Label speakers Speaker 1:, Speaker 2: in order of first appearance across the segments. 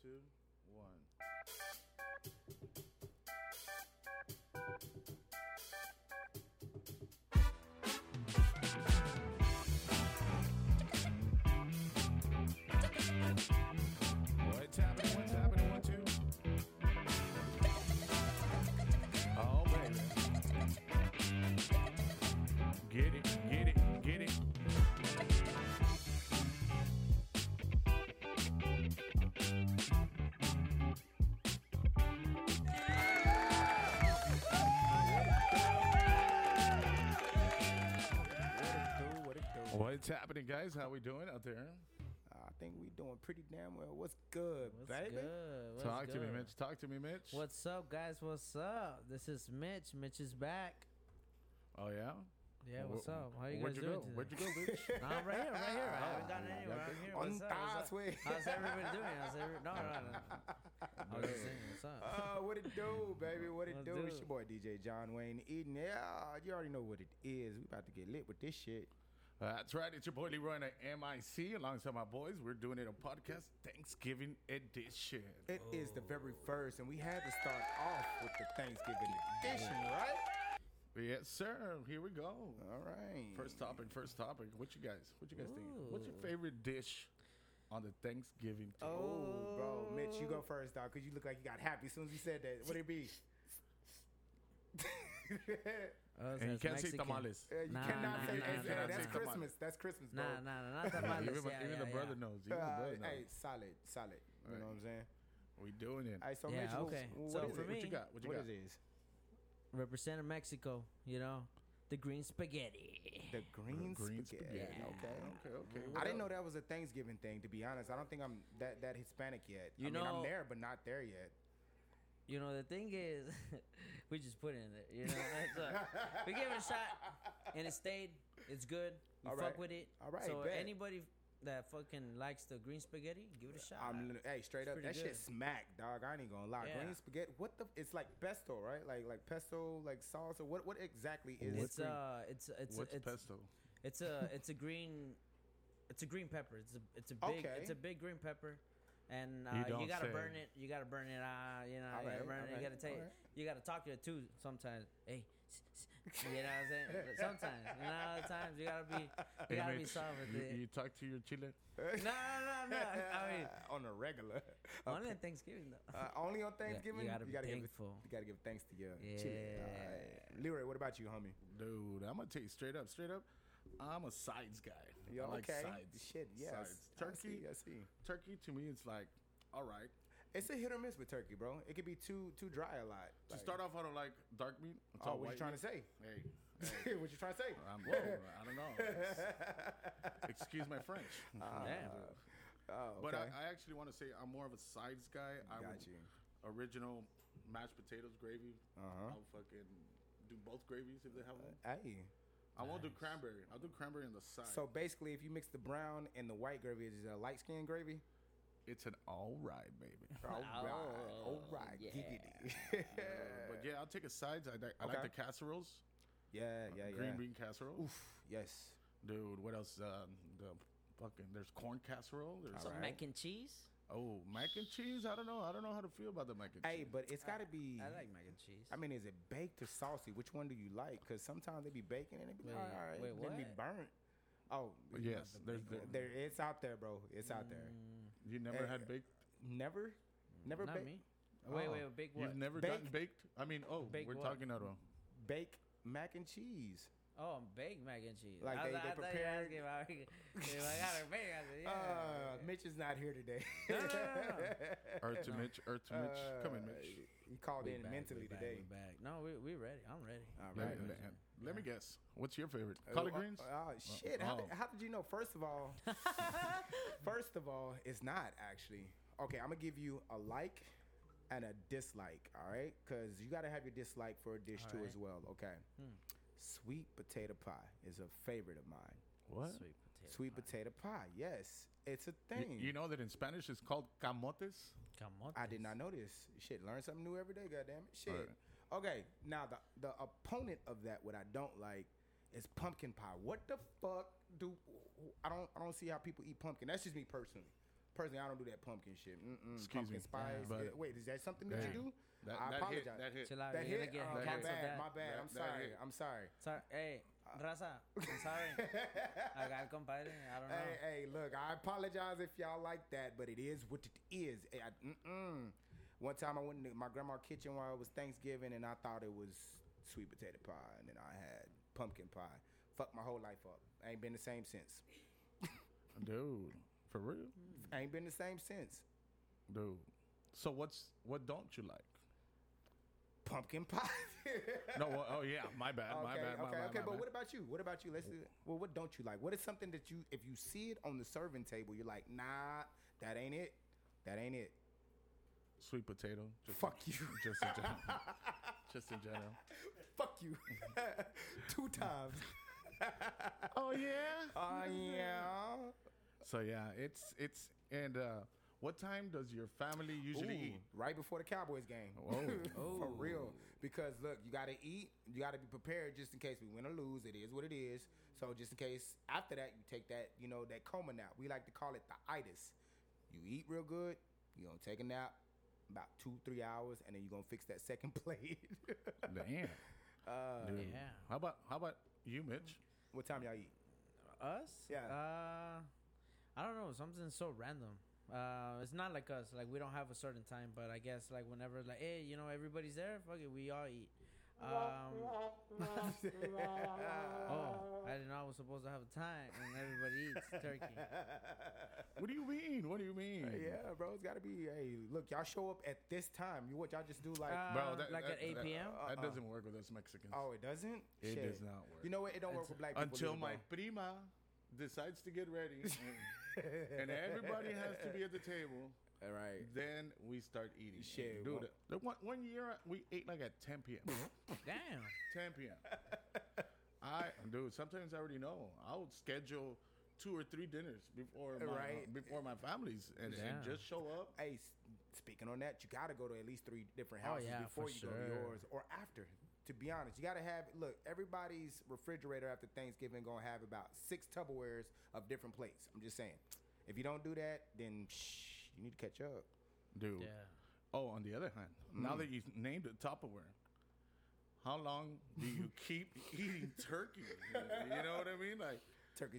Speaker 1: two, one. What's happening? What's happening? One, two. Oh, baby. Get it, get it, get it.
Speaker 2: What it do?
Speaker 1: What's happening, guys? How we doing out there?
Speaker 2: I think we doing pretty damn well. What's good,
Speaker 3: What's
Speaker 2: baby?
Speaker 3: good? What's
Speaker 1: Talk to me,
Speaker 3: good?
Speaker 1: Mitch. Talk to me, Mitch.
Speaker 3: What's up, guys? What's up? This is Mitch. Mitch is back.
Speaker 1: Oh yeah.
Speaker 3: Yeah, what's
Speaker 1: Wh-
Speaker 3: up? How you
Speaker 1: Where'd
Speaker 3: guys
Speaker 1: you go?
Speaker 3: doing today?
Speaker 1: Where'd you Oh, go, bitch?
Speaker 3: No, I'm right here, right here. I haven't gotten anywhere.
Speaker 1: okay.
Speaker 3: I'm here.
Speaker 2: Oh, On
Speaker 3: What's up? What's
Speaker 2: Tha's
Speaker 3: up?
Speaker 2: way.
Speaker 3: How's everybody doing? How's every? No, no, no. I was just saying, what's up?
Speaker 2: Uh, what it do, baby? What it
Speaker 3: What
Speaker 2: do?
Speaker 3: do?
Speaker 2: It's your boy DJ John Wayne Eden. Yeah, you already know what it is. We about to get lit with this shit.
Speaker 1: Uh, That's right. It's your boy Leroy and the MIC alongside my boys. We're doing it on podcast Thanksgiving edition.
Speaker 2: It is the very
Speaker 3: Oh.
Speaker 2: first, and we had to start off with the Thanksgiving edition, right?
Speaker 1: Yes, sir. Here we go.
Speaker 2: All right.
Speaker 1: First topic. First topic. What you guys? What you guys think? What's your
Speaker 3: Ooh.
Speaker 1: favorite dish on the Thanksgiving table?
Speaker 2: Oh, bro, Mitch, you go first, dog, because you look like you got happy as soon as you said that. What it be?
Speaker 3: Oh,
Speaker 1: and
Speaker 3: so
Speaker 1: you
Speaker 3: it's
Speaker 1: can't say
Speaker 3: Mexican.
Speaker 1: tamales.
Speaker 2: Uh, you
Speaker 3: Nah,
Speaker 2: cannot
Speaker 3: nah,
Speaker 2: say
Speaker 3: nah,
Speaker 2: it's-
Speaker 3: nah, nah,
Speaker 2: that's
Speaker 1: nah.
Speaker 2: Christmas. That's Christmas, bro.
Speaker 3: Nah, nah, nah, not
Speaker 1: even my-
Speaker 3: tamales. yeah,
Speaker 1: even
Speaker 3: yeah,
Speaker 1: the brother
Speaker 3: yeah.
Speaker 1: knows. Even the
Speaker 2: Uh,
Speaker 1: brother
Speaker 2: hey,
Speaker 1: knows.
Speaker 2: solid, solid. You know what I'm saying?
Speaker 1: We doing it.
Speaker 2: All right, so
Speaker 3: Yeah,
Speaker 2: Mitch, what-
Speaker 3: okay.
Speaker 2: what
Speaker 3: So
Speaker 2: is
Speaker 3: for
Speaker 2: it?
Speaker 3: me-
Speaker 1: what you got? What you
Speaker 2: what
Speaker 1: got?
Speaker 2: it is?
Speaker 3: Representing Mexico, you know, the green spaghetti.
Speaker 2: The green,
Speaker 1: Green
Speaker 2: spaghetti.
Speaker 1: spaghetti.
Speaker 2: Okay.
Speaker 1: Okay. Okay.
Speaker 2: I didn't know that was a Thanksgiving thing. To be honest, I don't think I'm that that Hispanic yet.
Speaker 3: You
Speaker 2: I mean, I'm
Speaker 3: know-
Speaker 2: there, but not there yet.
Speaker 3: You know, the thing is, we just put it in there. You know, That's, uh, we gave it a shot, and it stayed. It's good. We
Speaker 2: All
Speaker 3: fuck
Speaker 2: right.
Speaker 3: with it.
Speaker 2: All right,
Speaker 3: So
Speaker 2: bet.
Speaker 3: anybody that fucking likes the green spaghetti, give it a shot.
Speaker 2: I'm hey, straight up,
Speaker 3: pretty
Speaker 2: that shit
Speaker 3: good.
Speaker 2: smack, dog. I ain't gonna lie.
Speaker 3: Yeah.
Speaker 2: Green spaghetti. What the? It's like pesto, right? Like like pesto, like salsa. What what exactly is
Speaker 3: it's
Speaker 2: it?
Speaker 3: uh, it's it's
Speaker 1: What's
Speaker 3: it's,
Speaker 1: pesto?
Speaker 3: It's a it's a green, it's a green pepper. It's a it's a big
Speaker 2: Okay.
Speaker 3: it's a big green pepper, and uh,
Speaker 1: You
Speaker 3: you,
Speaker 1: don't
Speaker 3: gotta
Speaker 1: say.
Speaker 3: burn it. You gotta burn it. Uh, you know,
Speaker 2: All
Speaker 3: you
Speaker 2: right,
Speaker 3: gotta burn it.
Speaker 2: all
Speaker 3: You gotta
Speaker 2: right,
Speaker 3: take.
Speaker 2: all right.
Speaker 3: You gotta talk to it too. Sometimes, hey, you know what I'm saying. Sometimes, and other times you gotta be you
Speaker 1: Hey,
Speaker 3: gotta be
Speaker 1: Mitch,
Speaker 3: soft with
Speaker 1: you,
Speaker 3: it.
Speaker 1: you talk to your chile.
Speaker 3: no, no, no, no. I mean,
Speaker 2: on a regular.
Speaker 3: only on Thanksgiving though.
Speaker 2: Uh, only on Thanksgiving.
Speaker 3: you gotta be
Speaker 2: Give,
Speaker 3: thankful.
Speaker 2: you gotta give thanks to your
Speaker 3: Yeah.
Speaker 2: chili. All right. Leroy, what about you, homie?
Speaker 1: Dude, I'm gonna tell you straight up, straight up. I'm a sides guy.
Speaker 2: Yo,
Speaker 1: I like
Speaker 2: okay.
Speaker 1: sides.
Speaker 2: Shit, yes. I
Speaker 1: Turkey.
Speaker 2: see, I see.
Speaker 1: Turkey to me, it's like, all right.
Speaker 2: It's a hit or miss with turkey, bro. It could be too too dry a lot.
Speaker 1: To
Speaker 2: Like-
Speaker 1: start off, I don't like dark meat. It's
Speaker 2: oh,
Speaker 1: all
Speaker 2: what you
Speaker 1: white
Speaker 2: trying
Speaker 1: meat.
Speaker 2: to say?
Speaker 1: Hey,
Speaker 2: what you trying to say?
Speaker 1: I'm, whoa, Oh, I don't know. Excuse my French.
Speaker 3: Damn.
Speaker 2: oh, Ah, okay.
Speaker 1: But I, I actually want to say I'm more of a sides guy. I
Speaker 2: Got
Speaker 1: would-
Speaker 2: you.
Speaker 1: Original mashed potatoes gravy.
Speaker 2: Uh-huh. Uh,
Speaker 1: I'll fucking do both gravies if they have them.
Speaker 2: hey.
Speaker 1: I won't do cranberry. I'll do cranberry on the side.
Speaker 2: So basically, if you mix the brown and the white gravy, is it a light skin gravy?
Speaker 1: it's an all right, baby.
Speaker 2: All right, all
Speaker 3: Oh,
Speaker 2: right,
Speaker 3: yeah.
Speaker 2: giggity.
Speaker 1: But yeah, I'll take a sides. I, like- I
Speaker 2: Okay.
Speaker 1: like the casseroles,
Speaker 2: yeah, yeah, yeah.
Speaker 1: green bean casserole.
Speaker 2: Yes.
Speaker 1: Dude, what else? Um, the fucking there's corn casserole. There's
Speaker 2: All right.
Speaker 3: Mac and cheese.
Speaker 1: oh mac and cheese. I don't know. I don't know how to feel about the mac and cheese.
Speaker 2: Hey, but it's got to be.
Speaker 3: I like mac and cheese.
Speaker 2: I mean, is it baked or saucy? Which one do you like? Because sometimes they be baking and they be
Speaker 3: Wait,
Speaker 2: like, all right,
Speaker 3: wait,
Speaker 2: then be
Speaker 3: what?
Speaker 2: burnt. Oh,
Speaker 1: yes, there's there,
Speaker 2: there it's out there, bro. It's out there.
Speaker 1: you never
Speaker 2: Eh,
Speaker 1: had baked.
Speaker 2: Never, never
Speaker 3: Mm. Not
Speaker 2: bake,
Speaker 3: me. Wait,
Speaker 2: Oh.
Speaker 3: wait, a big one.
Speaker 1: You've never
Speaker 2: Baked?
Speaker 1: gotten baked. I mean, oh,
Speaker 3: Baked
Speaker 1: we're
Speaker 3: what?
Speaker 1: talking out of.
Speaker 2: bake mac and cheese.
Speaker 3: Oh, baked mac and cheese.
Speaker 2: Like
Speaker 3: I was-
Speaker 2: they-
Speaker 3: I
Speaker 2: they
Speaker 3: thought you were
Speaker 2: prepared-
Speaker 3: asking If I, if I got her baked, I said, yeah.
Speaker 2: Uh, Mitch is not here today.
Speaker 3: no, no, no, no.
Speaker 1: Earth
Speaker 2: Eh.
Speaker 1: to Mitch. Earth to Mitch.
Speaker 2: Uh,
Speaker 1: Come in, Mitch.
Speaker 2: he called
Speaker 3: We
Speaker 2: in
Speaker 3: back,
Speaker 2: mentally
Speaker 3: we back,
Speaker 2: today.
Speaker 3: we back. No, we we ready. I'm ready.
Speaker 2: All
Speaker 1: Let,
Speaker 2: right. Uh,
Speaker 1: me, let- let me guess. What's your favorite? Collard
Speaker 2: Oh,
Speaker 1: greens.
Speaker 2: Oh, oh, shit! How,
Speaker 1: oh.
Speaker 2: did, how did you know? First of all, first of all, it's not actually. Okay, I'm gonna give you a like and a dislike. All right, because you gotta have your dislike for a dish too
Speaker 3: right.
Speaker 2: as well. Okay. Sweet potato pie is a favorite of mine.
Speaker 1: what?
Speaker 3: Sweet potato.
Speaker 2: Sweet potato pie, yes, it's a
Speaker 1: You,
Speaker 2: thing.
Speaker 1: you know that in Spanish it's called camotes.
Speaker 3: Come on.
Speaker 2: I did not know this. Shit, learn something new every day. Goddamn it. Shit.
Speaker 1: Right.
Speaker 2: Okay, now the the opponent of that, what I don't like, is pumpkin pie. What the fuck do I don't I don't see how people eat pumpkin. That's just me personally. personally, I don't do that pumpkin shit. Mm-mm.
Speaker 1: Excuse
Speaker 2: pumpkin
Speaker 1: me.
Speaker 2: spice.
Speaker 1: But-
Speaker 2: uh, Wait, is that something that
Speaker 1: Dang.
Speaker 2: you do?
Speaker 1: That,
Speaker 2: I
Speaker 1: that
Speaker 2: apologize.
Speaker 1: Hit, that hit.
Speaker 3: Chill out.
Speaker 2: that
Speaker 3: You're
Speaker 2: hit?
Speaker 3: gonna
Speaker 2: Oh,
Speaker 3: get
Speaker 2: my
Speaker 3: canceled.
Speaker 2: bad.
Speaker 3: That.
Speaker 2: My bad. Uh,
Speaker 1: That-
Speaker 2: I'm
Speaker 1: that
Speaker 2: sorry.
Speaker 1: hit.
Speaker 2: I'm sorry.
Speaker 3: Sorry. Hey, Raza. I'm sorry. I got compadre. I don't know.
Speaker 2: Hey, hey, look, I apologize if y'all like that, but it is what it is. Eh, I- mm-mm. One time I went to my grandma's kitchen while it was Thanksgiving, and I thought it was sweet potato pie, and then I had pumpkin pie. Fucked my whole life up. ain't been the same since.
Speaker 1: Dude, for real?
Speaker 2: ain't been the same since.
Speaker 1: Dude. So what's what don't you like?
Speaker 2: Pumpkin pie.
Speaker 1: No, well, oh yeah, my bad, my
Speaker 2: okay,
Speaker 1: bad, my
Speaker 2: okay,
Speaker 1: bad.
Speaker 2: okay.
Speaker 1: my
Speaker 2: but
Speaker 1: bad.
Speaker 2: what about you? What about you? Let's. do- Well, what don't you like? What is something that you, if you see it on the serving table, you're like, nah, that ain't it. That ain't it.
Speaker 1: sweet potato? Just
Speaker 2: Fuck you.
Speaker 1: Just in general. just in general.
Speaker 2: Fuck you. Two times.
Speaker 1: Oh yeah.
Speaker 2: Oh yeah.
Speaker 1: So yeah, it's it's and uh what time does your family usually
Speaker 2: Ooh,
Speaker 1: eat?
Speaker 2: right before the Cowboys game.
Speaker 1: Whoa.
Speaker 2: For real. Because look, you gotta eat. You gotta be prepared just in case we win or lose. It is what it is. So just in case after that you take that, you know, that coma nap. We like to call it the itis. You eat real good, you gonna take a nap about two, three hours, and then you're gonna fix that second plate.
Speaker 1: Damn.
Speaker 2: uh,
Speaker 1: Dude.
Speaker 3: Yeah.
Speaker 1: How about how about you, Mitch?
Speaker 2: what time y'all eat?
Speaker 3: Us?
Speaker 2: Yeah.
Speaker 3: Uh, I don't know. Something's so random. Uh, it's not like us. Like we don't have a certain time, but I guess like whenever like hey, you know, everybody's there. Fuck it, we all eat. Um, oh, I didn't know I was supposed to have a time, and everybody eats turkey.
Speaker 1: What do you mean? What do you mean?
Speaker 2: Uh, Yeah, bro, it's gotta be. Hey, look, y'all show up at this time. You what y'all just do like?
Speaker 3: Uh,
Speaker 1: Bro, that,
Speaker 3: like
Speaker 1: that,
Speaker 3: at
Speaker 1: that-
Speaker 3: 8
Speaker 1: oh.
Speaker 3: p.m.
Speaker 1: That,
Speaker 2: Uh-uh.
Speaker 1: doesn't work with us Mexicans.
Speaker 2: oh, it doesn't.
Speaker 1: it
Speaker 2: Shit.
Speaker 1: does not work.
Speaker 2: You know what? It don't work with
Speaker 3: It's-
Speaker 2: black people.
Speaker 1: Until my
Speaker 2: either, bro.
Speaker 1: prima decides to get ready and- and everybody has to be at the table,
Speaker 2: All right.
Speaker 1: then we start eating. And
Speaker 2: Shit,
Speaker 1: dude.
Speaker 2: one-
Speaker 1: The one, one year we ate like at 10 p.m.
Speaker 3: Damn.
Speaker 1: 10 p.m. I dude, sometimes I already know. I would schedule two or three dinners before my,
Speaker 2: Right.
Speaker 1: before my families and,
Speaker 3: Yeah.
Speaker 1: and just show up.
Speaker 2: Hey, s- speaking on that, you gotta go to at least three different
Speaker 3: Oh,
Speaker 2: houses
Speaker 3: yeah,
Speaker 2: before
Speaker 3: for
Speaker 2: you go to
Speaker 3: sure.
Speaker 2: yours or after. To be honest, you gotta have look. Everybody's refrigerator after Thanksgiving gonna have about six Tupperwares of different plates. I'm just saying. If you don't do that, then shh, you need to catch up.
Speaker 1: Dude.
Speaker 3: Yeah.
Speaker 1: Oh, on the other hand, now that you've named it Tupperware, how long do you keep eating turkey? You know what I mean? Like
Speaker 2: Turkey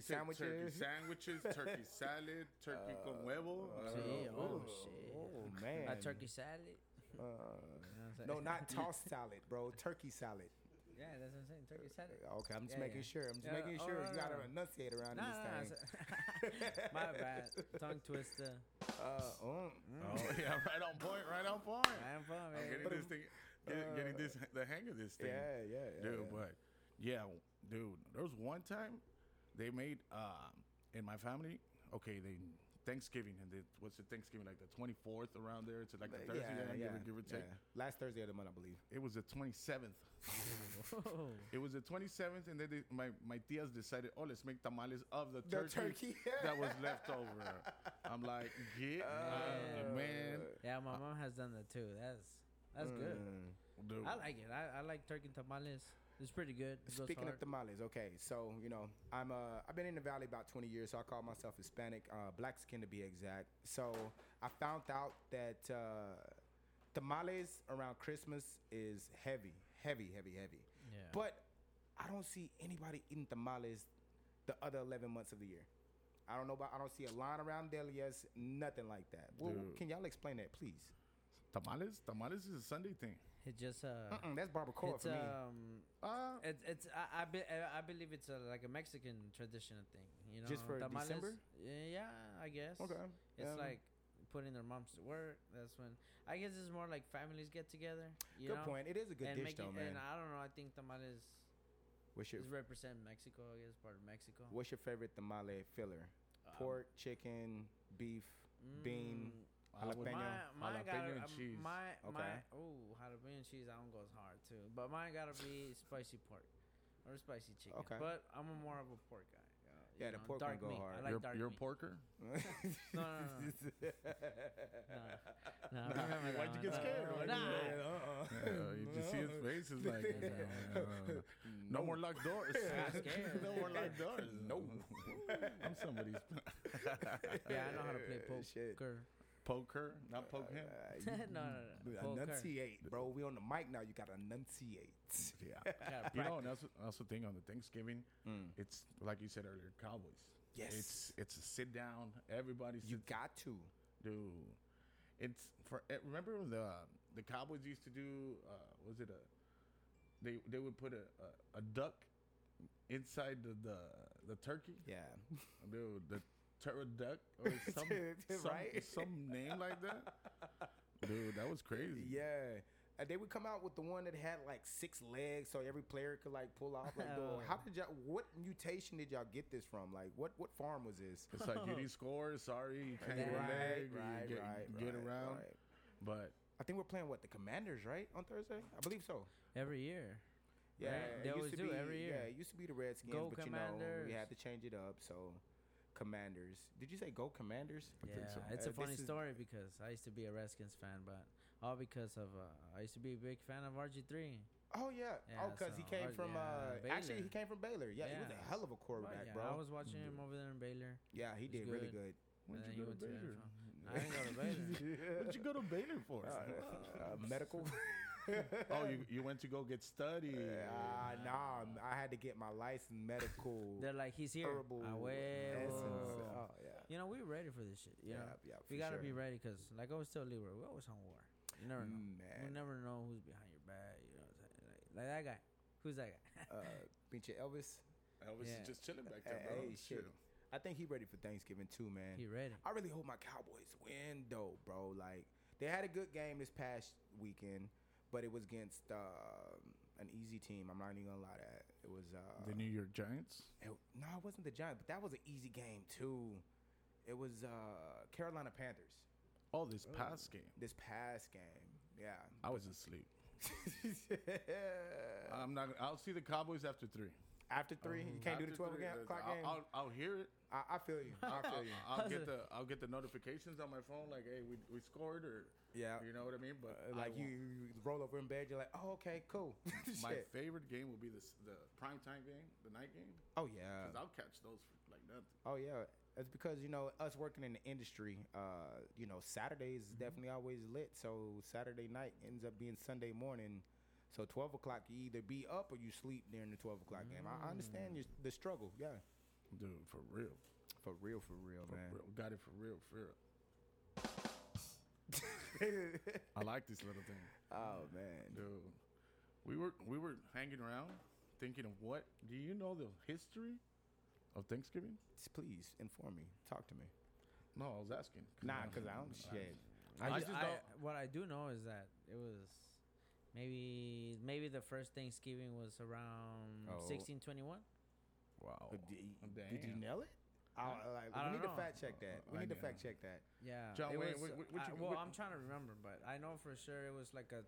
Speaker 1: tur- turkey
Speaker 2: sandwiches.
Speaker 1: sandwiches, turkey salad, turkey con huevo. I don't
Speaker 3: see,
Speaker 1: know.
Speaker 3: oh, shit.
Speaker 2: Oh man.
Speaker 3: A turkey salad.
Speaker 2: Uh,
Speaker 3: You know what I'm saying?
Speaker 2: no, not toss salad, bro. Turkey salad.
Speaker 3: yeah, that's what I'm saying. Turkey salad.
Speaker 2: Okay, I'm just
Speaker 3: Yeah,
Speaker 2: making
Speaker 3: yeah.
Speaker 2: sure. I'm just
Speaker 3: Yeah,
Speaker 2: making
Speaker 3: oh,
Speaker 2: sure
Speaker 3: no,
Speaker 2: you gotta
Speaker 3: no.
Speaker 2: enunciate around
Speaker 3: Nah, nah, nah,
Speaker 2: this thing.
Speaker 3: it's- my bad. Tongue twister.
Speaker 2: Uh, mm.
Speaker 1: Oh yeah, right on point, right on point.
Speaker 3: I am fun,
Speaker 1: I'm
Speaker 3: man.
Speaker 1: getting this thing, get, getting
Speaker 2: Uh,
Speaker 1: this the hang of this
Speaker 2: Yeah,
Speaker 1: thing.
Speaker 2: yeah, yeah.
Speaker 1: dude.
Speaker 2: yeah.
Speaker 1: But yeah, w- dude, there was one time they made um in my family. Okay, they Thanksgiving and they, what's it Thanksgiving like the twenty fourth around there to like the Thursday, yeah, give or take.
Speaker 2: yeah. Last Thursday of the month, I believe.
Speaker 1: It was the twenty seventh.
Speaker 3: Whoa.
Speaker 1: It was the twenty seventh, and then they, my my tias decided, oh, let's make tamales of the,
Speaker 2: The turkey.
Speaker 1: that was left over. I'm like, get
Speaker 2: Oh,
Speaker 1: out, man,
Speaker 3: Yeah, my mom has done that too. That's that's
Speaker 2: Mm.
Speaker 3: good.
Speaker 1: dude.
Speaker 3: I like it. I, I like turkey tamales. It's pretty good. It goes
Speaker 2: Speaking
Speaker 3: hard.
Speaker 2: of tamales, okay, so you know, I'm uh, I've been in the valley about 20 years, so I call myself Hispanic, uh, black skin to be exact. So I found out that uh, tamales around Christmas is heavy, heavy, heavy, heavy.
Speaker 3: Yeah.
Speaker 2: But I don't see anybody eating tamales the other 11 months of the year. I don't know about. I don't see a line around delias, nothing like that. Well,
Speaker 1: Dude.
Speaker 2: can y'all explain that, please?
Speaker 1: tamales, tamales is a Sunday thing.
Speaker 3: it just uh,
Speaker 2: Mm, that's barbacoa
Speaker 3: it's
Speaker 2: for me.
Speaker 3: um,
Speaker 1: Uh,
Speaker 3: it, it's I I, be, I believe it's a, like a Mexican tradition thing. You know,
Speaker 2: Just for
Speaker 3: tamales.
Speaker 2: December?
Speaker 3: Yeah, I guess.
Speaker 2: Okay.
Speaker 3: It's
Speaker 2: um,
Speaker 3: like putting their moms to work. That's when I guess it's more like families get together. You
Speaker 2: good
Speaker 3: know?
Speaker 2: point. It is a good
Speaker 3: and
Speaker 2: dish
Speaker 3: making,
Speaker 2: though, man.
Speaker 3: And I don't know. I think tamales
Speaker 2: What's your
Speaker 3: is represent Mexico. I guess part of Mexico.
Speaker 2: What's your favorite tamale filler?
Speaker 3: Um,
Speaker 2: Pork, chicken, beef, bean.
Speaker 3: mm,
Speaker 1: I would-
Speaker 2: Jalapeno.
Speaker 3: My, mine gotta,
Speaker 1: Jalapeno and
Speaker 3: um,
Speaker 1: cheese.
Speaker 3: My, my,
Speaker 2: Okay.
Speaker 3: ooh, jalapeno and cheese. That one goes hard too. But mine gotta be spicy pork or spicy chicken.
Speaker 2: Okay.
Speaker 3: But I'm a more of a pork guy. you know.
Speaker 2: Yeah,
Speaker 3: you
Speaker 2: the
Speaker 3: know,
Speaker 2: pork one
Speaker 3: dark
Speaker 2: go
Speaker 3: meat.
Speaker 2: hard.
Speaker 3: I like
Speaker 1: you're,
Speaker 3: dark
Speaker 1: you're a
Speaker 3: meat.
Speaker 1: porker?
Speaker 3: No, no, no, no. No, I remember that
Speaker 1: Why'd you get
Speaker 3: one. No,
Speaker 1: scared?
Speaker 3: no,
Speaker 1: Why'd you
Speaker 3: nah.
Speaker 1: get scared? Uh, you
Speaker 2: uh-uh.
Speaker 1: just see his face is like, uh, no more locked doors.
Speaker 3: Not scared.
Speaker 1: no more locked doors. No. I'm somebody's
Speaker 3: Yeah, I know how to play
Speaker 2: Uh, shit.
Speaker 3: poker.
Speaker 1: poker, not poke him.
Speaker 3: no,
Speaker 2: Uh,
Speaker 3: no,
Speaker 2: you-
Speaker 3: no. Poker.
Speaker 2: Enunciate, bro. We on the mic now. You got to enunciate.
Speaker 1: Yeah. Mm.
Speaker 3: Gotta
Speaker 1: You know,
Speaker 3: practice.
Speaker 1: and that's that's the thing on the Thanksgiving. It's like you said earlier, Cowboys.
Speaker 2: Yes.
Speaker 1: It's it's a sit down. Everybody
Speaker 2: You
Speaker 1: sits
Speaker 2: got to.
Speaker 1: do. It's for eh, remember the the Cowboys used to do. Uh, was it a? They they would put a a, a duck inside the the, the turkey.
Speaker 2: Yeah.
Speaker 1: Dude, the turtle duck or some, some
Speaker 2: Right?
Speaker 1: some name like that. Dude, that was crazy.
Speaker 2: Yeah. And they would come out with the one that had like six legs, so every player could like pull off. Like,
Speaker 3: Oh.
Speaker 2: dog, how did y'all? What mutation did y'all get this from? Like, what what farm was this?
Speaker 1: It's like you didn't score. Sorry, you can't
Speaker 3: Right,
Speaker 1: get a leg. you
Speaker 2: right,
Speaker 1: get,
Speaker 2: right,
Speaker 1: get
Speaker 2: right,
Speaker 1: around.
Speaker 2: right.
Speaker 1: But
Speaker 2: I think we're playing what the Commanders, right? On Thursday, I believe so.
Speaker 3: Every year.
Speaker 2: Yeah,
Speaker 3: Right?
Speaker 2: it
Speaker 3: They
Speaker 2: used
Speaker 3: always
Speaker 2: to
Speaker 3: do,
Speaker 2: be-
Speaker 3: every year.
Speaker 2: Yeah, it used to be the Redskins,
Speaker 3: Go
Speaker 2: but you know we
Speaker 3: Commanders.
Speaker 2: had to change it up. So, Commanders. Did you say go Commanders?
Speaker 3: Yeah, it's
Speaker 2: Uh,
Speaker 3: a funny
Speaker 2: this is-
Speaker 3: story because I used to be a Redskins fan, but all because of uh, I used to be a big fan of RG3.
Speaker 2: Oh yeah.
Speaker 3: Yeah,
Speaker 2: oh, because he
Speaker 3: so,
Speaker 2: came
Speaker 3: uh,
Speaker 2: from.
Speaker 3: yeah,
Speaker 2: uh, actually, he
Speaker 3: Baylor.
Speaker 2: came from Baylor. Yeah, he was
Speaker 3: Yeah.
Speaker 2: a hell of a
Speaker 3: But
Speaker 2: quarterback,
Speaker 3: yeah,
Speaker 2: bro. Mm.
Speaker 3: I was watching him over there in Baylor.
Speaker 2: yeah, he
Speaker 3: he's
Speaker 2: did really good.
Speaker 1: when'd
Speaker 3: and then
Speaker 1: you go
Speaker 3: he Uh, went
Speaker 1: to
Speaker 3: to the
Speaker 1: Baylor?
Speaker 3: NFL. I didn't go to Baylor.
Speaker 1: What'd you go to Baylor for?
Speaker 2: Uh, uh, medical.
Speaker 1: oh, you, you went to go get studied.
Speaker 2: Uh, nah, m- I had to get my license medical.
Speaker 3: They're like, he's here.
Speaker 2: herbal
Speaker 3: Ah,
Speaker 2: essence.
Speaker 3: well.
Speaker 2: Oh yeah.
Speaker 3: You know, we're ready for this shit. You
Speaker 2: Yeah,
Speaker 3: know,
Speaker 2: yeah, for
Speaker 3: we gotta
Speaker 2: sure.
Speaker 3: be ready because, like I was telling Leroy, we always on war. You never know.
Speaker 2: Man,
Speaker 3: We never know who's behind your back. You know, what I'm saying? like, like that guy. Who's that guy?
Speaker 2: uh, pinch of Elvis.
Speaker 1: Elvis
Speaker 3: Yeah.
Speaker 1: is just chilling back there,
Speaker 2: Hey,
Speaker 1: bro.
Speaker 2: hey, shit. I think he ready for Thanksgiving too, man.
Speaker 3: he ready.
Speaker 2: I really hope my Cowboys win though, bro. Like they had a good game this past weekend, but it was against um, an easy team. I'm not even gonna lie to that. It was uh,
Speaker 1: The New York Giants.
Speaker 2: it- no, it wasn't the Giants, but that was an easy game too. It was uh, Carolina Panthers
Speaker 1: Oh, this past game.
Speaker 2: this past game. Yeah,
Speaker 1: I was asleep.
Speaker 2: Uh,
Speaker 1: I'm not. gonna- I'll see the Cowboys after three.
Speaker 2: after three, you can't do the
Speaker 1: After
Speaker 2: twelve
Speaker 1: three,
Speaker 2: game,
Speaker 1: uh,
Speaker 2: o'clock
Speaker 1: I'll,
Speaker 2: game.
Speaker 1: I'll, I'll hear it.
Speaker 2: I, I feel you. I feel you.
Speaker 1: I'll, I'll get the I'll get the notifications on my phone like, hey, we, we scored or
Speaker 2: Yeah.
Speaker 1: you know what I mean. But
Speaker 2: Uh,
Speaker 1: I
Speaker 2: like you,
Speaker 1: won't.
Speaker 2: you roll over in bed, you're like, oh, okay, cool.
Speaker 1: my
Speaker 2: Shit.
Speaker 1: favorite game will be this the prime time game, the night game,
Speaker 2: oh
Speaker 1: because
Speaker 2: yeah.
Speaker 1: I'll catch those for like nothing.
Speaker 2: Oh yeah. It's because you know us working in the industry. Uh, you know Saturdays is definitely always lit. So Saturday night ends up being Sunday morning. So twelve o'clock, you either be up or you sleep during the twelve o'clock game. I, I understand your, the struggle. Yeah,
Speaker 1: Dude, for real,
Speaker 2: for real, for real,
Speaker 1: for real, got it for real, for real.
Speaker 2: man.
Speaker 1: I like this little thing.
Speaker 2: oh man.
Speaker 1: Dude, we were we were hanging around, thinking of what? Do you know the history of Thanksgiving?
Speaker 2: Please inform me. Talk to me.
Speaker 1: No, I was asking.
Speaker 2: Nah, cause I don't shit.
Speaker 3: I,
Speaker 1: I
Speaker 3: ju-
Speaker 1: just
Speaker 3: I-
Speaker 1: don't-
Speaker 3: what I do know is that it was maybe maybe the first Thanksgiving was around
Speaker 2: Oh.
Speaker 3: 1621.
Speaker 1: Wow.
Speaker 2: Did, did you
Speaker 1: Oh, Damn.
Speaker 2: nail it? I'll, like,
Speaker 3: I
Speaker 2: we
Speaker 3: don't
Speaker 2: need
Speaker 3: know.
Speaker 2: to fact check that. We
Speaker 1: I
Speaker 2: need to
Speaker 1: know.
Speaker 2: fact check that.
Speaker 3: Yeah.
Speaker 1: John
Speaker 3: it
Speaker 1: Wayne,
Speaker 3: was,
Speaker 1: what- what- what
Speaker 3: I-
Speaker 1: you-
Speaker 3: well,
Speaker 1: what-
Speaker 3: I'm trying to remember, but I know for sure it was like a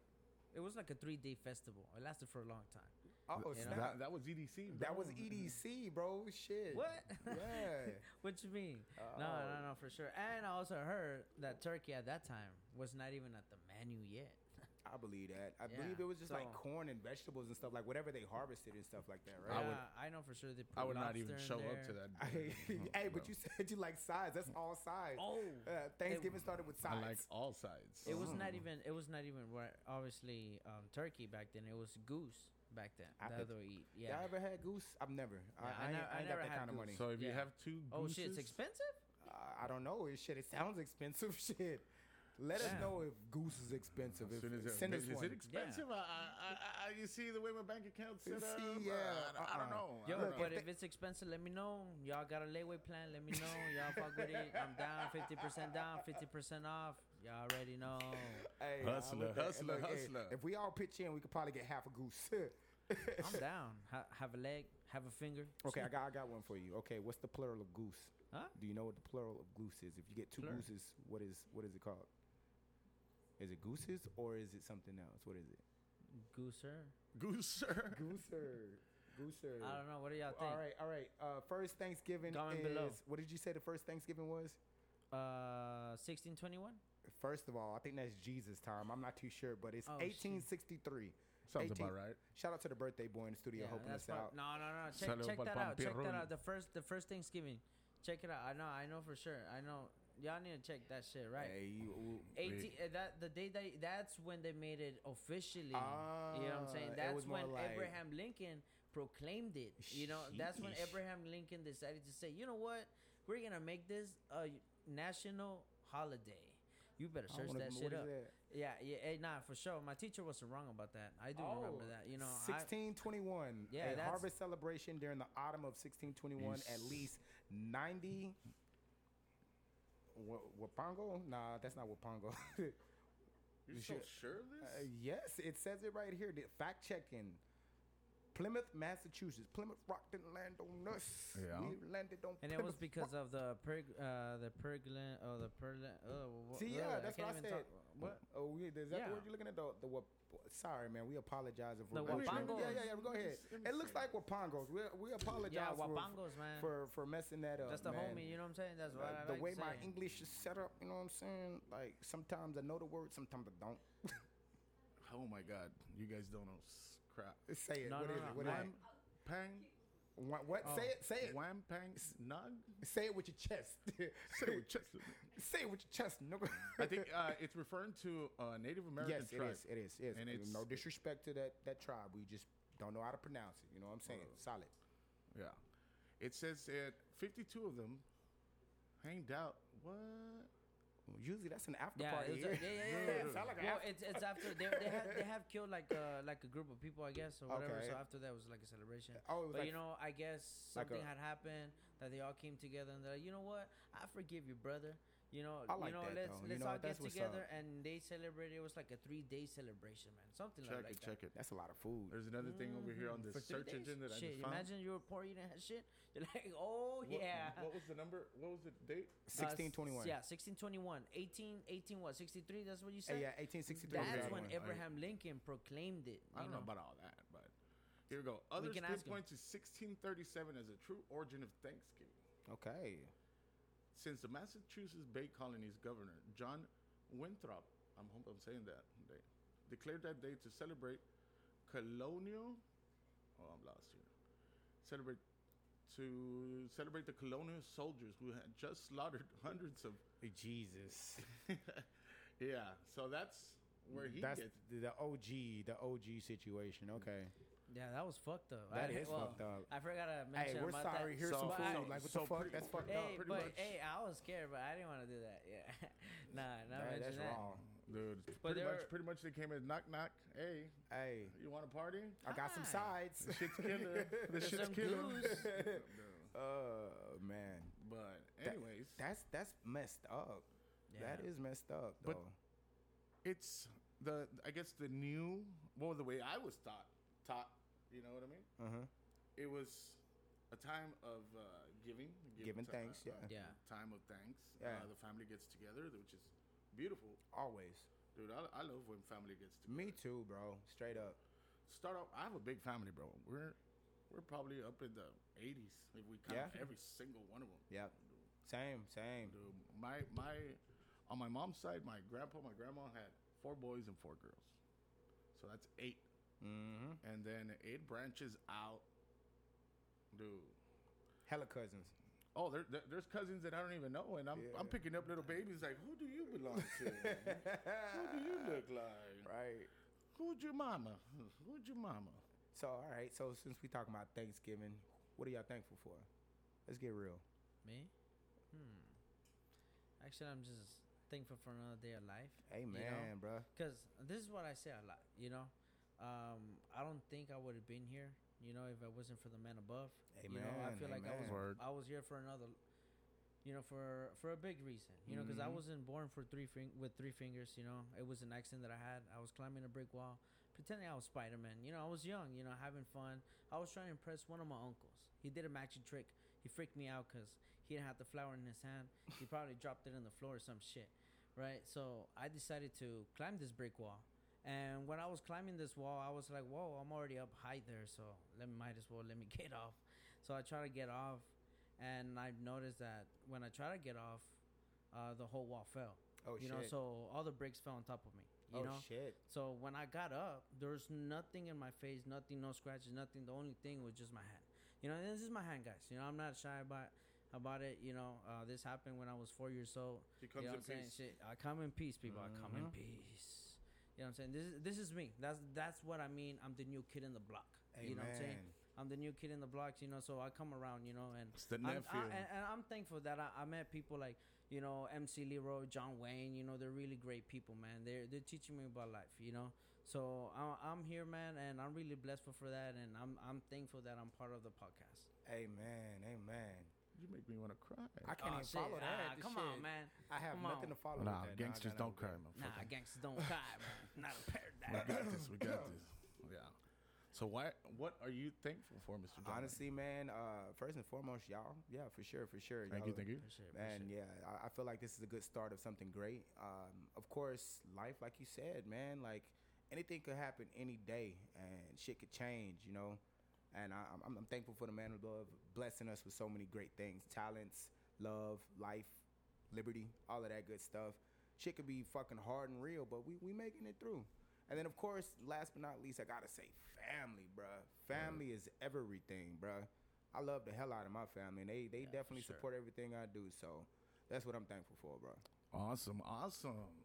Speaker 3: it was like a three day festival. It lasted for a long time.
Speaker 2: Oh
Speaker 3: You know?
Speaker 2: snap!
Speaker 1: That, that was EDC.
Speaker 2: That
Speaker 1: bro.
Speaker 2: was EDC, bro. Shit.
Speaker 3: What?
Speaker 2: Yeah.
Speaker 3: what you mean? No,
Speaker 2: Oh.
Speaker 3: no, no, for sure. And I also heard that Turkey at that time was not even at the menu yet.
Speaker 2: I believe that. I
Speaker 3: Yeah,
Speaker 2: believe it was just like
Speaker 3: so-
Speaker 2: corn and vegetables and stuff, like whatever they harvested and stuff like that,
Speaker 1: I
Speaker 2: right?
Speaker 1: would-
Speaker 3: Yeah, I know for sure they put
Speaker 1: I would not even
Speaker 3: lobster
Speaker 1: show
Speaker 3: in there.
Speaker 1: up to that.
Speaker 2: hey,
Speaker 1: dinner.
Speaker 2: but you said you like sides. That's all sides.
Speaker 3: Oh.
Speaker 2: Uh, Thanksgiving started with
Speaker 1: I
Speaker 2: sides.
Speaker 1: like all sides.
Speaker 3: It was
Speaker 1: Mm.
Speaker 3: not even. It was not even right. Obviously, um, turkey back then. It was goose back then.
Speaker 2: I
Speaker 3: that
Speaker 2: bet-
Speaker 3: they would eat. Yeah.
Speaker 2: Y'all ever had goose? I've never. I, I,
Speaker 3: Yeah, I
Speaker 2: ain't, I
Speaker 3: never- I
Speaker 2: ain't
Speaker 3: never
Speaker 2: got that
Speaker 3: had
Speaker 2: kind of money.
Speaker 3: goose.
Speaker 1: So if you
Speaker 3: Yeah.
Speaker 1: have two
Speaker 3: oh shit,
Speaker 1: gooses-
Speaker 3: it's expensive.
Speaker 2: Uh, I don't know. It, shit, it sounds expensive. Shit. Let us
Speaker 3: Yeah.
Speaker 2: know if goose is expensive.
Speaker 1: As
Speaker 2: If,
Speaker 1: soon as
Speaker 2: send
Speaker 1: it,
Speaker 2: us
Speaker 1: is
Speaker 2: one.
Speaker 1: it expensive? I, I, I, I, you see the way my bank account's set up.
Speaker 2: See,
Speaker 1: Uh, I, I
Speaker 2: yeah, uh-uh.
Speaker 1: don't know. I
Speaker 3: Yo,
Speaker 1: don't know.
Speaker 3: but if, it's expensive, let me know. Y'all got a layaway plan? Let me know. Y'all fuck with it. I'm down. Fifty percent down. Fifty percent off. Y'all already know.
Speaker 2: Hey, I
Speaker 1: Hustler,
Speaker 2: would think-
Speaker 1: hustler,
Speaker 2: look, hey,
Speaker 1: hustler.
Speaker 2: If we all pitch in, we could probably get half a goose.
Speaker 3: I'm down. Ha- have a leg. Have a finger.
Speaker 2: okay, I got, I got one for you. Okay, what's the plural of goose?
Speaker 3: Huh?
Speaker 2: Do you know what the plural of goose is? If you get two
Speaker 3: Plural.
Speaker 2: gooses, what is what is it called? Is it gooses or is it something else? What is it?
Speaker 3: Gooser.
Speaker 1: Gooser.
Speaker 2: Gooser. Gooser.
Speaker 3: I don't know. What do y'all think?
Speaker 2: All right, all right. Uh, first Thanksgiving
Speaker 3: Comment
Speaker 2: is
Speaker 3: below.
Speaker 2: what did you say the first Thanksgiving was?
Speaker 3: Uh, 1621.
Speaker 2: First of all, I think that's Jesus time. I'm not too sure, but it's
Speaker 3: Oh, shit.
Speaker 2: 1863.
Speaker 1: Sounds
Speaker 2: 18.
Speaker 1: about right.
Speaker 2: Shout out to the birthday boy in the studio helping us
Speaker 3: that's
Speaker 2: out.
Speaker 3: prob- No, no, no.
Speaker 1: Salud
Speaker 3: Check, check
Speaker 1: pa'l
Speaker 3: that out. Check that
Speaker 1: Pampirul.
Speaker 3: out. The first, the first Thanksgiving. Check it out. I know. I know for sure. I know. Y'all need to check that shit. Right.
Speaker 2: Hey, you-
Speaker 3: 18 uh, that the day that that's when they made it officially you know what
Speaker 2: Ah,
Speaker 3: i'm saying
Speaker 2: it was
Speaker 3: that's
Speaker 2: more
Speaker 3: when
Speaker 2: like-
Speaker 3: abraham lincoln proclaimed it you know that's when
Speaker 2: Sheesh.
Speaker 3: abraham lincoln decided to say you know what we're gonna make this a national holiday you better
Speaker 2: I
Speaker 3: search
Speaker 2: wanna-
Speaker 3: that
Speaker 2: what
Speaker 3: shit
Speaker 2: is
Speaker 3: up
Speaker 2: that?
Speaker 3: yeah yeah hey, nah for sure my teacher wasn't wrong about that i do remember
Speaker 2: Oh,
Speaker 3: that you know I-
Speaker 2: 1621.
Speaker 3: Yeah,
Speaker 2: a
Speaker 3: that's-
Speaker 2: harvest celebration during the autumn of 1621. At
Speaker 1: Yes.
Speaker 2: least 90. Wa- Wapango? Nah, that's not Wapango.
Speaker 1: You're
Speaker 2: You
Speaker 1: so
Speaker 2: should-
Speaker 1: sure of
Speaker 2: uh,
Speaker 1: this?
Speaker 2: yes, it says it right here. The Fact checking. Plymouth, Massachusetts. Plymouth rocked and landed on us.
Speaker 1: Yeah.
Speaker 2: We landed on
Speaker 3: and it
Speaker 2: Plymouth
Speaker 3: was because of the per uh the perglin oh the perlin oh wha-
Speaker 2: See,
Speaker 3: uh,
Speaker 2: yeah, that's what
Speaker 3: can't
Speaker 2: I
Speaker 3: even
Speaker 2: said.
Speaker 3: talk-
Speaker 2: What?
Speaker 3: what
Speaker 2: Oh, we, is that
Speaker 3: Yeah.
Speaker 2: the word you're looking at? The, the wap- sorry, man. We apologize if
Speaker 3: The
Speaker 2: we're
Speaker 3: Wapangos.
Speaker 2: Yeah, yeah, yeah. Go ahead.
Speaker 1: Let me
Speaker 2: It looks
Speaker 1: see.
Speaker 2: like Wapangos. We, we apologize
Speaker 3: yeah
Speaker 2: for-
Speaker 3: wapangos man
Speaker 2: for, for messing that up.
Speaker 3: that's the
Speaker 2: man.
Speaker 3: homie you know what i'm saying that's what
Speaker 2: Like,
Speaker 3: I
Speaker 2: the
Speaker 3: like
Speaker 2: way my
Speaker 3: saying.
Speaker 2: English is set up, you know what I'm saying? Like sometimes I know the word, sometimes I don't.
Speaker 1: Oh my God, you guys don't know s- crap.
Speaker 2: Say it.
Speaker 3: No,
Speaker 2: What
Speaker 3: no,
Speaker 2: is
Speaker 3: no.
Speaker 2: it? What is
Speaker 1: Wham pang,
Speaker 2: it? Wha- What?
Speaker 3: Oh.
Speaker 2: Say it. Say it.
Speaker 1: wham pang, snug.
Speaker 2: Say it with your chest.
Speaker 1: Say it with chest.
Speaker 2: Say it with your chest. No.
Speaker 1: I think uh, it's referring to uh, Native American
Speaker 2: yes, it
Speaker 1: tribe.
Speaker 2: is. It is. Yes.
Speaker 1: And it's-
Speaker 2: no disrespect to that that tribe. We just don't know how to pronounce it. You know what I'm saying?
Speaker 1: Oh.
Speaker 2: Solid.
Speaker 1: Yeah, it says that 52 of them hanged out. What?
Speaker 2: Usually that's an after
Speaker 3: Yeah,
Speaker 2: party.
Speaker 3: it was like- yeah, yeah, yeah, yeah.
Speaker 2: Sound like an
Speaker 3: Well,
Speaker 2: after-
Speaker 3: it's it's after they they have, they have killed like uh like a group of people, I guess, or whatever.
Speaker 2: Okay.
Speaker 3: So after that was like a celebration.
Speaker 2: Oh, it was
Speaker 3: But
Speaker 2: like-
Speaker 3: you know, I guess
Speaker 2: Like
Speaker 3: something
Speaker 2: a-
Speaker 3: had happened that they all came together and they're like, you know what, I forgive you, brother. You know,
Speaker 2: I like
Speaker 3: you know,
Speaker 2: that,
Speaker 3: let's
Speaker 2: though. You
Speaker 3: let's
Speaker 2: know
Speaker 3: all
Speaker 2: what? That's
Speaker 3: get
Speaker 2: what's
Speaker 3: together and they celebrated. It was like a three day celebration, man. Something
Speaker 1: Check
Speaker 3: like
Speaker 1: it,
Speaker 3: that. Mm.
Speaker 1: check it.
Speaker 2: that's a lot of food.
Speaker 1: There's another thing over here on this
Speaker 3: For three
Speaker 1: search
Speaker 3: days?
Speaker 1: engine that I
Speaker 3: shit,
Speaker 1: just found.
Speaker 3: imagine you were poor, you didn't have shit. You're like, oh
Speaker 1: What-
Speaker 3: yeah.
Speaker 1: What was the number? What was the date?
Speaker 3: Uh, s-
Speaker 2: 1621.
Speaker 3: Yeah, 1621. 18, 18 what? 63, that's what you
Speaker 2: Uh,
Speaker 3: said?
Speaker 2: yeah, 1863.
Speaker 1: Okay.
Speaker 3: That's when
Speaker 1: I-
Speaker 3: Abraham Lincoln proclaimed it.
Speaker 1: I
Speaker 3: you
Speaker 1: don't know. about all that, but here we go. Others
Speaker 3: can ask him.
Speaker 1: pinpoint to 1637 as a true origin of Thanksgiving,
Speaker 2: Okay.
Speaker 1: since the Massachusetts Bay Colony's governor John Winthrop, I'm hope I'm saying that, they declared that day to celebrate colonial. Oh, I'm lost here. Celebrate to celebrate the colonial soldiers who had just slaughtered hundreds of.
Speaker 2: Jesus.
Speaker 1: yeah, so that's where he
Speaker 2: That's
Speaker 1: gets. Mm.
Speaker 2: the the OG, the OG situation. Okay.
Speaker 3: Yeah, that was fucked up.
Speaker 2: That
Speaker 3: I,
Speaker 2: is
Speaker 3: well,
Speaker 2: fucked up.
Speaker 3: I forgot to
Speaker 2: Hey,
Speaker 3: mention
Speaker 2: we're
Speaker 3: about
Speaker 2: sorry.
Speaker 3: that.
Speaker 2: Here's
Speaker 1: So-
Speaker 2: some
Speaker 3: but
Speaker 2: food.
Speaker 3: I-
Speaker 2: like what the
Speaker 1: so
Speaker 2: fuck?
Speaker 1: pretty-
Speaker 2: that's fucked
Speaker 1: No,
Speaker 3: Hey,
Speaker 2: up.
Speaker 1: pretty
Speaker 3: but
Speaker 1: much.
Speaker 3: hey, I was scared, but I didn't want to do that. Yeah, nah, not
Speaker 2: Hey,
Speaker 3: mention
Speaker 2: that's
Speaker 3: that.
Speaker 2: wrong.
Speaker 1: oh, Dude,
Speaker 3: But
Speaker 1: pretty
Speaker 3: there
Speaker 1: much,
Speaker 3: are-
Speaker 1: pretty much they came in knock knock. Hey,
Speaker 2: Hey,
Speaker 1: you want a party?
Speaker 2: I got some
Speaker 3: Hi.
Speaker 2: sides.
Speaker 1: Shit's killer. The
Speaker 3: Ah. There's
Speaker 1: shit's
Speaker 3: some
Speaker 1: killer.
Speaker 3: goose.
Speaker 2: Oh man,
Speaker 1: But
Speaker 2: That-
Speaker 1: anyways,
Speaker 2: that's that's messed up. That
Speaker 3: Yeah.
Speaker 2: is messed up. Though.
Speaker 1: But- it's the I guess the new well the way I was taught taught. You know what I mean?
Speaker 2: uh-huh.
Speaker 1: It was a time of uh, giving, give
Speaker 2: Giving
Speaker 1: ti-
Speaker 2: thanks, yeah.
Speaker 3: Yeah.
Speaker 1: Time of thanks.
Speaker 2: Yeah.
Speaker 1: Uh, the family gets together, which is beautiful,
Speaker 2: always.
Speaker 1: dude. I, I love when family gets together.
Speaker 2: Me too, bro. Straight up.
Speaker 1: Start off. I have a big family, bro. We're we're probably up in the 80s if we count
Speaker 2: Yeah.
Speaker 1: every single one of them.
Speaker 2: Yep. Same, same.
Speaker 1: Dude, my my on my mom's side, my grandpa, my grandma had four boys and four girls, so that's eight.
Speaker 2: Mm-hmm.
Speaker 1: And then it branches out, dude.
Speaker 2: Hella cousins.
Speaker 1: Oh, there, there- there's cousins that I don't even know, and I'm I'm
Speaker 2: Yeah.
Speaker 1: picking up little babies like, who do you belong to? Oh, man? who do you look like?
Speaker 2: Right.
Speaker 1: Who's your mama? Who's your mama?
Speaker 2: So, all right. So, since we talking about Thanksgiving, what are y'all thankful for? Let's get real.
Speaker 3: Me? Hmm. Actually, I'm just thankful for another day of life.
Speaker 2: Amen, bro.
Speaker 3: Because this is what I say a lot, you know. Um, I don't think I would have been here, you know, if it wasn't for the man above. You know, I
Speaker 2: Amen,
Speaker 3: feel like I was
Speaker 2: amen.
Speaker 1: Word.
Speaker 3: I was here for another, you know, for for a big reason, you know, because I
Speaker 2: Mhm.
Speaker 3: wasn't born for three fing- with three fingers. You know, it was an accident that I had. I was climbing a brick wall, pretending I was Spider Man. You know, I was young, you know, having fun. I was trying to impress one of my uncles. He did a magic trick. He freaked me out because he didn't have the flower in his hand. He probably dropped it on the floor or some shit, right? So I decided to climb this brick wall And when I was climbing this wall, I was like, "Whoa, I'm already up high there, so let me might as well let me get off." So I try to get off, and I noticed that when I try to get off, uh, the whole wall fell.
Speaker 2: Oh
Speaker 3: you
Speaker 2: shit.
Speaker 3: know, so all the bricks fell on top of me. You
Speaker 2: oh
Speaker 3: know,
Speaker 2: shit.
Speaker 3: so when I got up, there was nothing in my face, nothing, no scratches, nothing. The only thing was just my hand. You know, this is my hand, guys. You know, I'm not shy about about it. You know, uh, this happened when I was four years old.
Speaker 1: She
Speaker 3: You
Speaker 1: comes
Speaker 3: know
Speaker 1: in
Speaker 3: what I'm saying?
Speaker 1: peace.
Speaker 3: Shit, I come in peace, people. I come
Speaker 2: Mm-hmm.
Speaker 3: in peace. You know what I'm saying? This is this is me. That's that's what I mean. I'm the new kid in the block. You know what I'm saying?
Speaker 2: Amen.
Speaker 3: I'm the new kid in the block. You know, so I come around. You know, and
Speaker 1: It's the
Speaker 3: I'm- I,
Speaker 1: nephew.
Speaker 3: and, and I'm thankful that I, I met people like you know MC Leroy, John Wayne. You know, they're really great people, man. They're they're teaching me about life. You know, so I, I'm here, man, and I'm really blessed for- for that, and I'm I'm thankful that I'm part of the podcast.
Speaker 2: Amen. Amen.
Speaker 1: you make me want to cry.
Speaker 2: I can't
Speaker 3: Aw,
Speaker 2: even
Speaker 3: shit.
Speaker 2: follow
Speaker 3: Ah,
Speaker 2: that. This
Speaker 3: come
Speaker 2: shit.
Speaker 3: on, man.
Speaker 2: I have
Speaker 3: Come
Speaker 2: nothing to
Speaker 3: on.
Speaker 2: follow.
Speaker 1: nah,
Speaker 2: with that.
Speaker 1: gangsters
Speaker 2: I gotta-
Speaker 1: don't cry,
Speaker 3: Nah,
Speaker 1: motherfucker.
Speaker 3: gangsters don't cry, man. Not a
Speaker 1: we
Speaker 3: paradise.
Speaker 1: got this. We got this. Yeah. So why? What are you thankful for, Mr. John?
Speaker 2: Honestly, man. Uh, first and foremost, y'all. Yeah, for sure, for sure.
Speaker 1: thank
Speaker 2: y'all
Speaker 1: you,
Speaker 2: are-
Speaker 1: thank you.
Speaker 3: For sure, for
Speaker 2: Man,
Speaker 3: sure.
Speaker 2: yeah, I, I feel like this is a good start of something great. Um, of course, life, like you said, man, like anything could happen any day, and shit could change, you know. And I, I'm- I'm, I'm thankful for the man above blessing us with so many great things, talents, love, life, liberty, all of that good stuff. Shit could be fucking hard and real, but we we making it through. And then, of course, last but not least, I gotta say, family, bruh. Family
Speaker 1: Mm.
Speaker 2: is everything, bruh. I love the hell out of my family, and they they
Speaker 3: for
Speaker 2: definitely
Speaker 3: sure.
Speaker 2: support everything I do. So that's what I'm thankful for, bro.
Speaker 1: Awesome, awesome.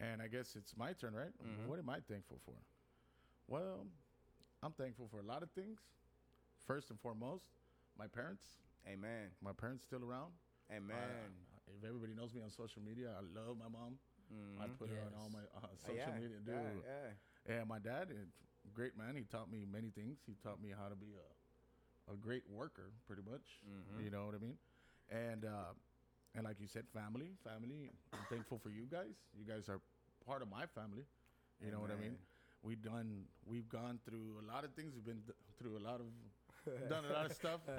Speaker 1: And I guess it's my turn, right?
Speaker 2: Mm-hmm.
Speaker 1: What am I thankful for? Well, I'm thankful for a lot of things. First and foremost, my parents.
Speaker 2: Amen.
Speaker 1: My parents still around.
Speaker 2: Amen.
Speaker 1: Uh, if everybody knows me on social media, I love my mom. I put her on all
Speaker 3: Yes.
Speaker 1: my uh,
Speaker 2: Uh,
Speaker 1: social
Speaker 2: Mm-hmm. yeah,
Speaker 1: media, dude.
Speaker 2: Yeah, yeah.
Speaker 1: And my dad, is a great man. He taught me many things. He taught me how to be a, a great worker, pretty much.
Speaker 2: Mm-hmm.
Speaker 1: You know what I mean? And uh, and like you said, family, family. I'm thankful for you guys. You guys are part of my family. You know what I mean?
Speaker 2: Amen.
Speaker 1: We've done, we've gone through a lot of things. We've been th- through a lot of, done a lot of stuff.
Speaker 2: Uh,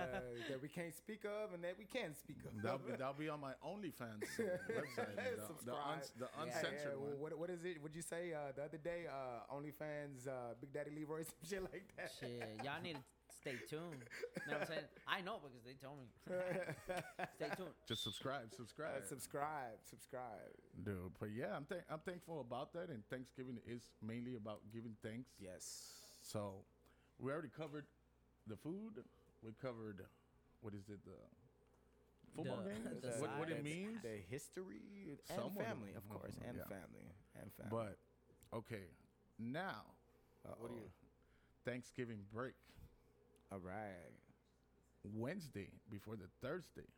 Speaker 2: that we can't speak of, and that we can speak of.
Speaker 1: That'll be, that'll be on my OnlyFans website. The, the,
Speaker 2: Subscribe.
Speaker 1: uns- the
Speaker 2: Yeah, yeah,
Speaker 1: uncensored
Speaker 2: well,
Speaker 1: one.
Speaker 2: What, what is it? Would you say uh, the other day? Uh, OnlyFans, uh, Big Daddy Leroy, some shit like that.
Speaker 3: Shit, y'all need to stay tuned. You know what I'm saying? I know because they told me. stay tuned.
Speaker 1: Just subscribe,
Speaker 2: Uh,
Speaker 1: subscribe.
Speaker 2: subscribe, subscribe.
Speaker 1: Dude, but yeah, I'm thank I'm thankful about that, and Thanksgiving is mainly about giving thanks.
Speaker 2: Yes.
Speaker 1: So, we already covered the food. We covered what is it the football
Speaker 3: The-
Speaker 1: game?
Speaker 3: the
Speaker 1: what, what it
Speaker 3: sides.
Speaker 1: means?
Speaker 2: The history and
Speaker 1: Some of them.
Speaker 2: family, of course, and
Speaker 1: Yeah.
Speaker 2: family, and family.
Speaker 1: But okay, now
Speaker 2: Uh-oh.
Speaker 1: what do you? Thanksgiving break
Speaker 2: All right.
Speaker 1: Wednesday before the Thursday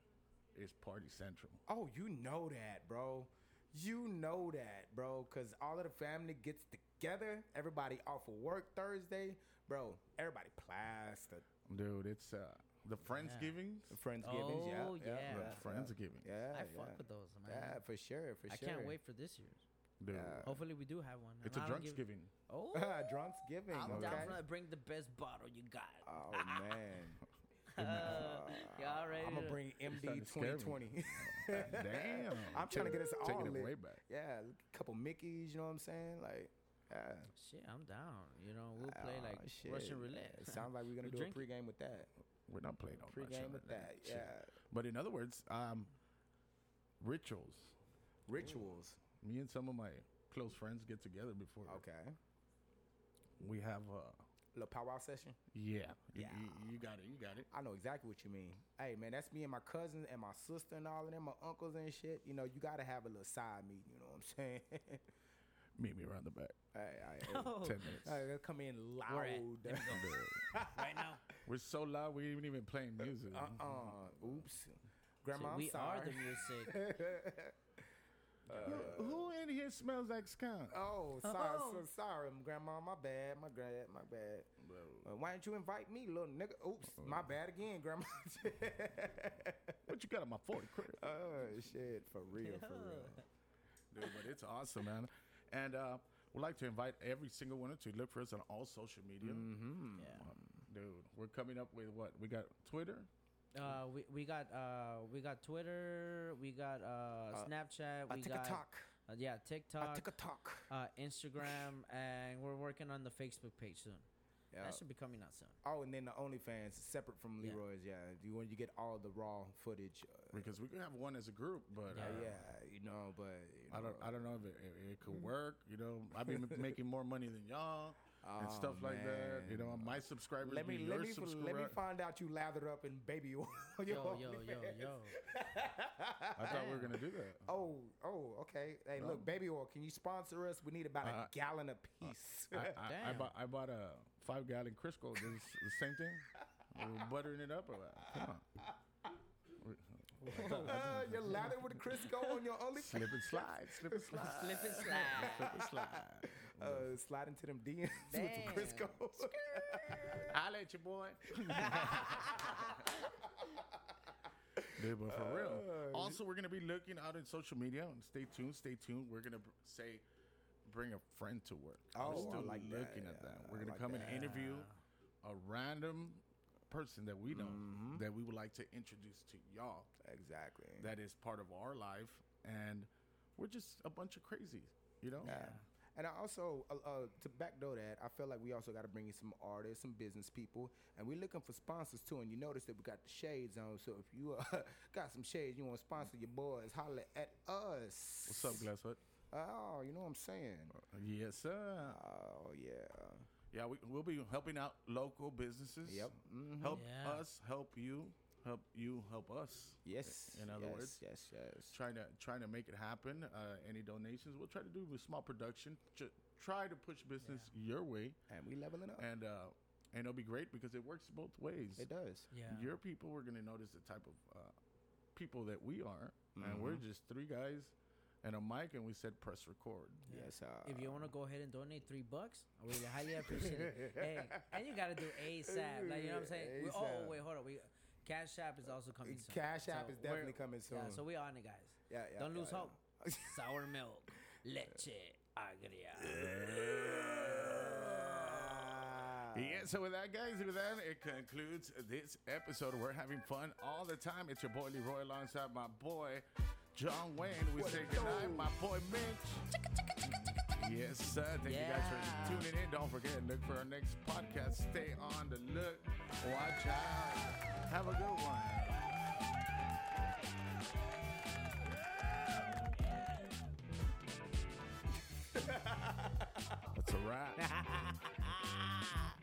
Speaker 1: is Party Central.
Speaker 2: Oh, you know that, bro. You know that, bro, because all of the family gets together. Everybody off of work Thursday, bro. Everybody plastered.
Speaker 1: Dude, it's uh, the Friendsgivings.
Speaker 2: The Friendsgivings, yeah.
Speaker 3: Oh,
Speaker 2: yeah.
Speaker 3: yeah.
Speaker 1: The Friendsgiving.
Speaker 2: Yeah,
Speaker 3: I
Speaker 2: yeah.
Speaker 3: fuck with those, man.
Speaker 2: Yeah, for sure, for
Speaker 3: I
Speaker 2: sure.
Speaker 3: can't wait for this year.
Speaker 1: Dude,
Speaker 2: Yeah.
Speaker 3: Hopefully, we do have one. and
Speaker 1: it's a
Speaker 3: I don't give-
Speaker 1: Drunksgiving.
Speaker 3: Oh,
Speaker 2: Drunk's giving.
Speaker 3: I'm
Speaker 2: okay.
Speaker 3: down for that. Bring the best bottle you got.
Speaker 2: Oh man,
Speaker 3: Uh, y'all ready?
Speaker 2: I'm gonna
Speaker 3: to-
Speaker 2: Uh, bring
Speaker 1: starting
Speaker 2: MD
Speaker 1: to scare me.
Speaker 2: 2020.
Speaker 1: Damn.
Speaker 2: I'm trying to get us all
Speaker 1: Taking it
Speaker 2: lit.
Speaker 1: way back.
Speaker 2: Yeah, a couple Mickey's. You know what I'm saying? Like, yeah.
Speaker 3: Shit, I'm down. You know, we'll play
Speaker 2: Aw,
Speaker 3: like
Speaker 2: Oh, shit.
Speaker 3: Russian roulette.
Speaker 2: It sounds like we're gonna
Speaker 3: We
Speaker 2: do
Speaker 3: drink
Speaker 2: a pregame with that.
Speaker 1: We're not playing on
Speaker 2: Pregame
Speaker 1: Russian
Speaker 2: with
Speaker 1: roulette.
Speaker 2: that,
Speaker 1: Shit.
Speaker 2: yeah.
Speaker 1: But in other words, um, rituals.
Speaker 2: Rituals.
Speaker 1: Me and some of my close friends get together before
Speaker 2: Okay.
Speaker 1: we have. Uh,
Speaker 2: Little powwow session.
Speaker 1: yeah, You-
Speaker 2: Yeah.
Speaker 1: You, you got it. You got it.
Speaker 2: I know exactly what you mean. Hey man, that's me and my cousins and my sister and all of them, my uncles and shit. You know, you gotta have a little side meeting. You know what I'm saying?
Speaker 1: Meet me around the back.
Speaker 2: hey, hey,
Speaker 3: Oh,
Speaker 1: Ten minutes. uh,
Speaker 2: hey. hey, they'll come in
Speaker 3: Where at?
Speaker 2: loud.
Speaker 3: Let me go. right now.
Speaker 1: We're so loud. We ain't even playing music.
Speaker 2: Uh uh Oops.
Speaker 3: Shit,
Speaker 2: Grandma, I'm
Speaker 3: we
Speaker 2: sorry. Uh,
Speaker 3: are the music.
Speaker 1: Who- Who in here smells like skunk?
Speaker 2: oh, sorry,
Speaker 3: Oh.
Speaker 2: so sorry, Grandma. My bad. My bad. My bad. Uh, why didn't you invite me, little nigga? Oops. My bad again, Grandma.
Speaker 1: What you got on my fork, Chris?
Speaker 2: oh shit, for real, for real.
Speaker 1: Dude, but it's awesome, man. And uh, we'd like to invite every single one to look for us on all social media. Mm-hmm.
Speaker 3: yeah.
Speaker 1: Dude, we're coming up with what? We got Twitter,
Speaker 3: Uh, we, we got uh we got Twitter, we got uh, Snapchat,
Speaker 2: Uh,
Speaker 3: we got
Speaker 2: TikTok.
Speaker 3: uh, Uh, yeah,
Speaker 2: I
Speaker 3: TikTok,
Speaker 2: took a talk.
Speaker 3: uh, Instagram, and we're working on the Facebook page soon. That should be coming out soon.
Speaker 2: Oh, and then the OnlyFans, separate from
Speaker 3: Yeah.
Speaker 2: Leroy's. Yeah, you want you get all the raw footage. Uh,
Speaker 1: because we could have one as a group, but
Speaker 3: Yeah.
Speaker 1: uh,
Speaker 2: yeah, Hmm. you know, but you
Speaker 1: I don't,
Speaker 2: know,
Speaker 1: I don't know if it, it, it could work. You know, I've been making more money than y'all and
Speaker 2: oh,
Speaker 1: stuff like that. You
Speaker 2: man.
Speaker 1: know, my subscribers
Speaker 2: Let
Speaker 1: be
Speaker 2: me let
Speaker 1: your
Speaker 2: me let me
Speaker 1: subscribers.
Speaker 2: find out you lathered up in baby oil. on
Speaker 3: Yo,
Speaker 2: your
Speaker 3: yo, yo,
Speaker 2: OnlyFans.
Speaker 3: yo.
Speaker 1: I thought we were gonna do that.
Speaker 2: Oh, oh, okay. Hey,
Speaker 1: Um,
Speaker 2: look, baby oil. Can you sponsor us? We need about
Speaker 1: Uh,
Speaker 2: a gallon a piece.
Speaker 1: I, I, I
Speaker 3: Damn.
Speaker 1: bought I bought a five gallon Crisco. This is the same thing. We're buttering it up. Or what? Come on.
Speaker 2: Uh, You're lathered with Crisco on your OnlyFans.
Speaker 1: Slip and slide. Slip and slide.
Speaker 3: Slip and slide.
Speaker 1: Slip and slide.
Speaker 2: Uh, slide into them DMs
Speaker 3: Damn.
Speaker 2: with some Crisco.
Speaker 1: I'll let you, boy. Dude, but for real.
Speaker 2: Uh,
Speaker 1: Also, we're gonna be looking out in social media and stay tuned. Stay tuned. We're gonna br- say, bring a friend to work.
Speaker 2: Oh, I
Speaker 1: we're still
Speaker 2: like that.
Speaker 1: looking at that. We're
Speaker 2: I
Speaker 1: gonna
Speaker 2: like
Speaker 1: come
Speaker 2: that.
Speaker 1: and interview a random person that we know
Speaker 2: Mm-hmm.
Speaker 1: that we would like to introduce to y'all.
Speaker 2: exactly.
Speaker 1: that is part of our life, and we're just a bunch of crazies, you know.
Speaker 2: Yeah. And I also uh, uh, to backdoor that, I feel like we also got to bring in some artists, some business people, and we're looking for sponsors too. And you notice that we got the shades on, so if you uh, got some shades, you want to sponsor your boys, holler at us.
Speaker 1: What's up, Glassfoot?
Speaker 2: Oh, you know what I'm saying?
Speaker 1: Yes, sir.
Speaker 2: Oh yeah.
Speaker 1: Yeah, we, we'll be helping out local businesses.
Speaker 2: Yep. Mhm.
Speaker 1: Help
Speaker 3: Yeah.
Speaker 1: us, help you, help you, help us.
Speaker 2: Yes.
Speaker 1: In other
Speaker 2: yes,
Speaker 1: words.
Speaker 2: yes, yes.
Speaker 1: Trying to trying to make it happen. Uh, any donations, we'll try to do a small production. Ju- try to push business your way,
Speaker 2: And we leveling up.
Speaker 1: and uh, and it'll be great because it works both ways.
Speaker 2: It does.
Speaker 3: Yeah.
Speaker 1: Your people are going to notice the type of uh, people that we are, and we're just three guys and a mic, and we said press record.
Speaker 3: Yeah.
Speaker 2: Yes. Uh,
Speaker 3: If you want to go ahead and donate three bucks, I really highly appreciate it. Hey, and you gotta do ASAP. Like you know what I'm saying? We, oh
Speaker 2: ASAP.
Speaker 3: wait, hold on. We Cash App is also coming soon.
Speaker 2: Cash App
Speaker 3: So
Speaker 2: is
Speaker 3: we're-
Speaker 2: definitely coming soon.
Speaker 3: Yeah, so we on it, guys.
Speaker 2: Yeah, yeah,
Speaker 3: Don't
Speaker 2: yeah,
Speaker 3: lose
Speaker 2: yeah.
Speaker 3: hope. Sour milk, leche agria.
Speaker 1: Yeah, so with that, guys, with that, it concludes this episode. We're having fun all the time. It's your boy Leroy alongside my boy John Wayne. We say goodnight, my boy Mitch. Yes, sir. Thank you guys
Speaker 3: Yeah.
Speaker 1: for tuning in. Don't forget, look for our next podcast. Stay on the look. Watch out. Have a good one. That's a wrap.
Speaker 3: Ah.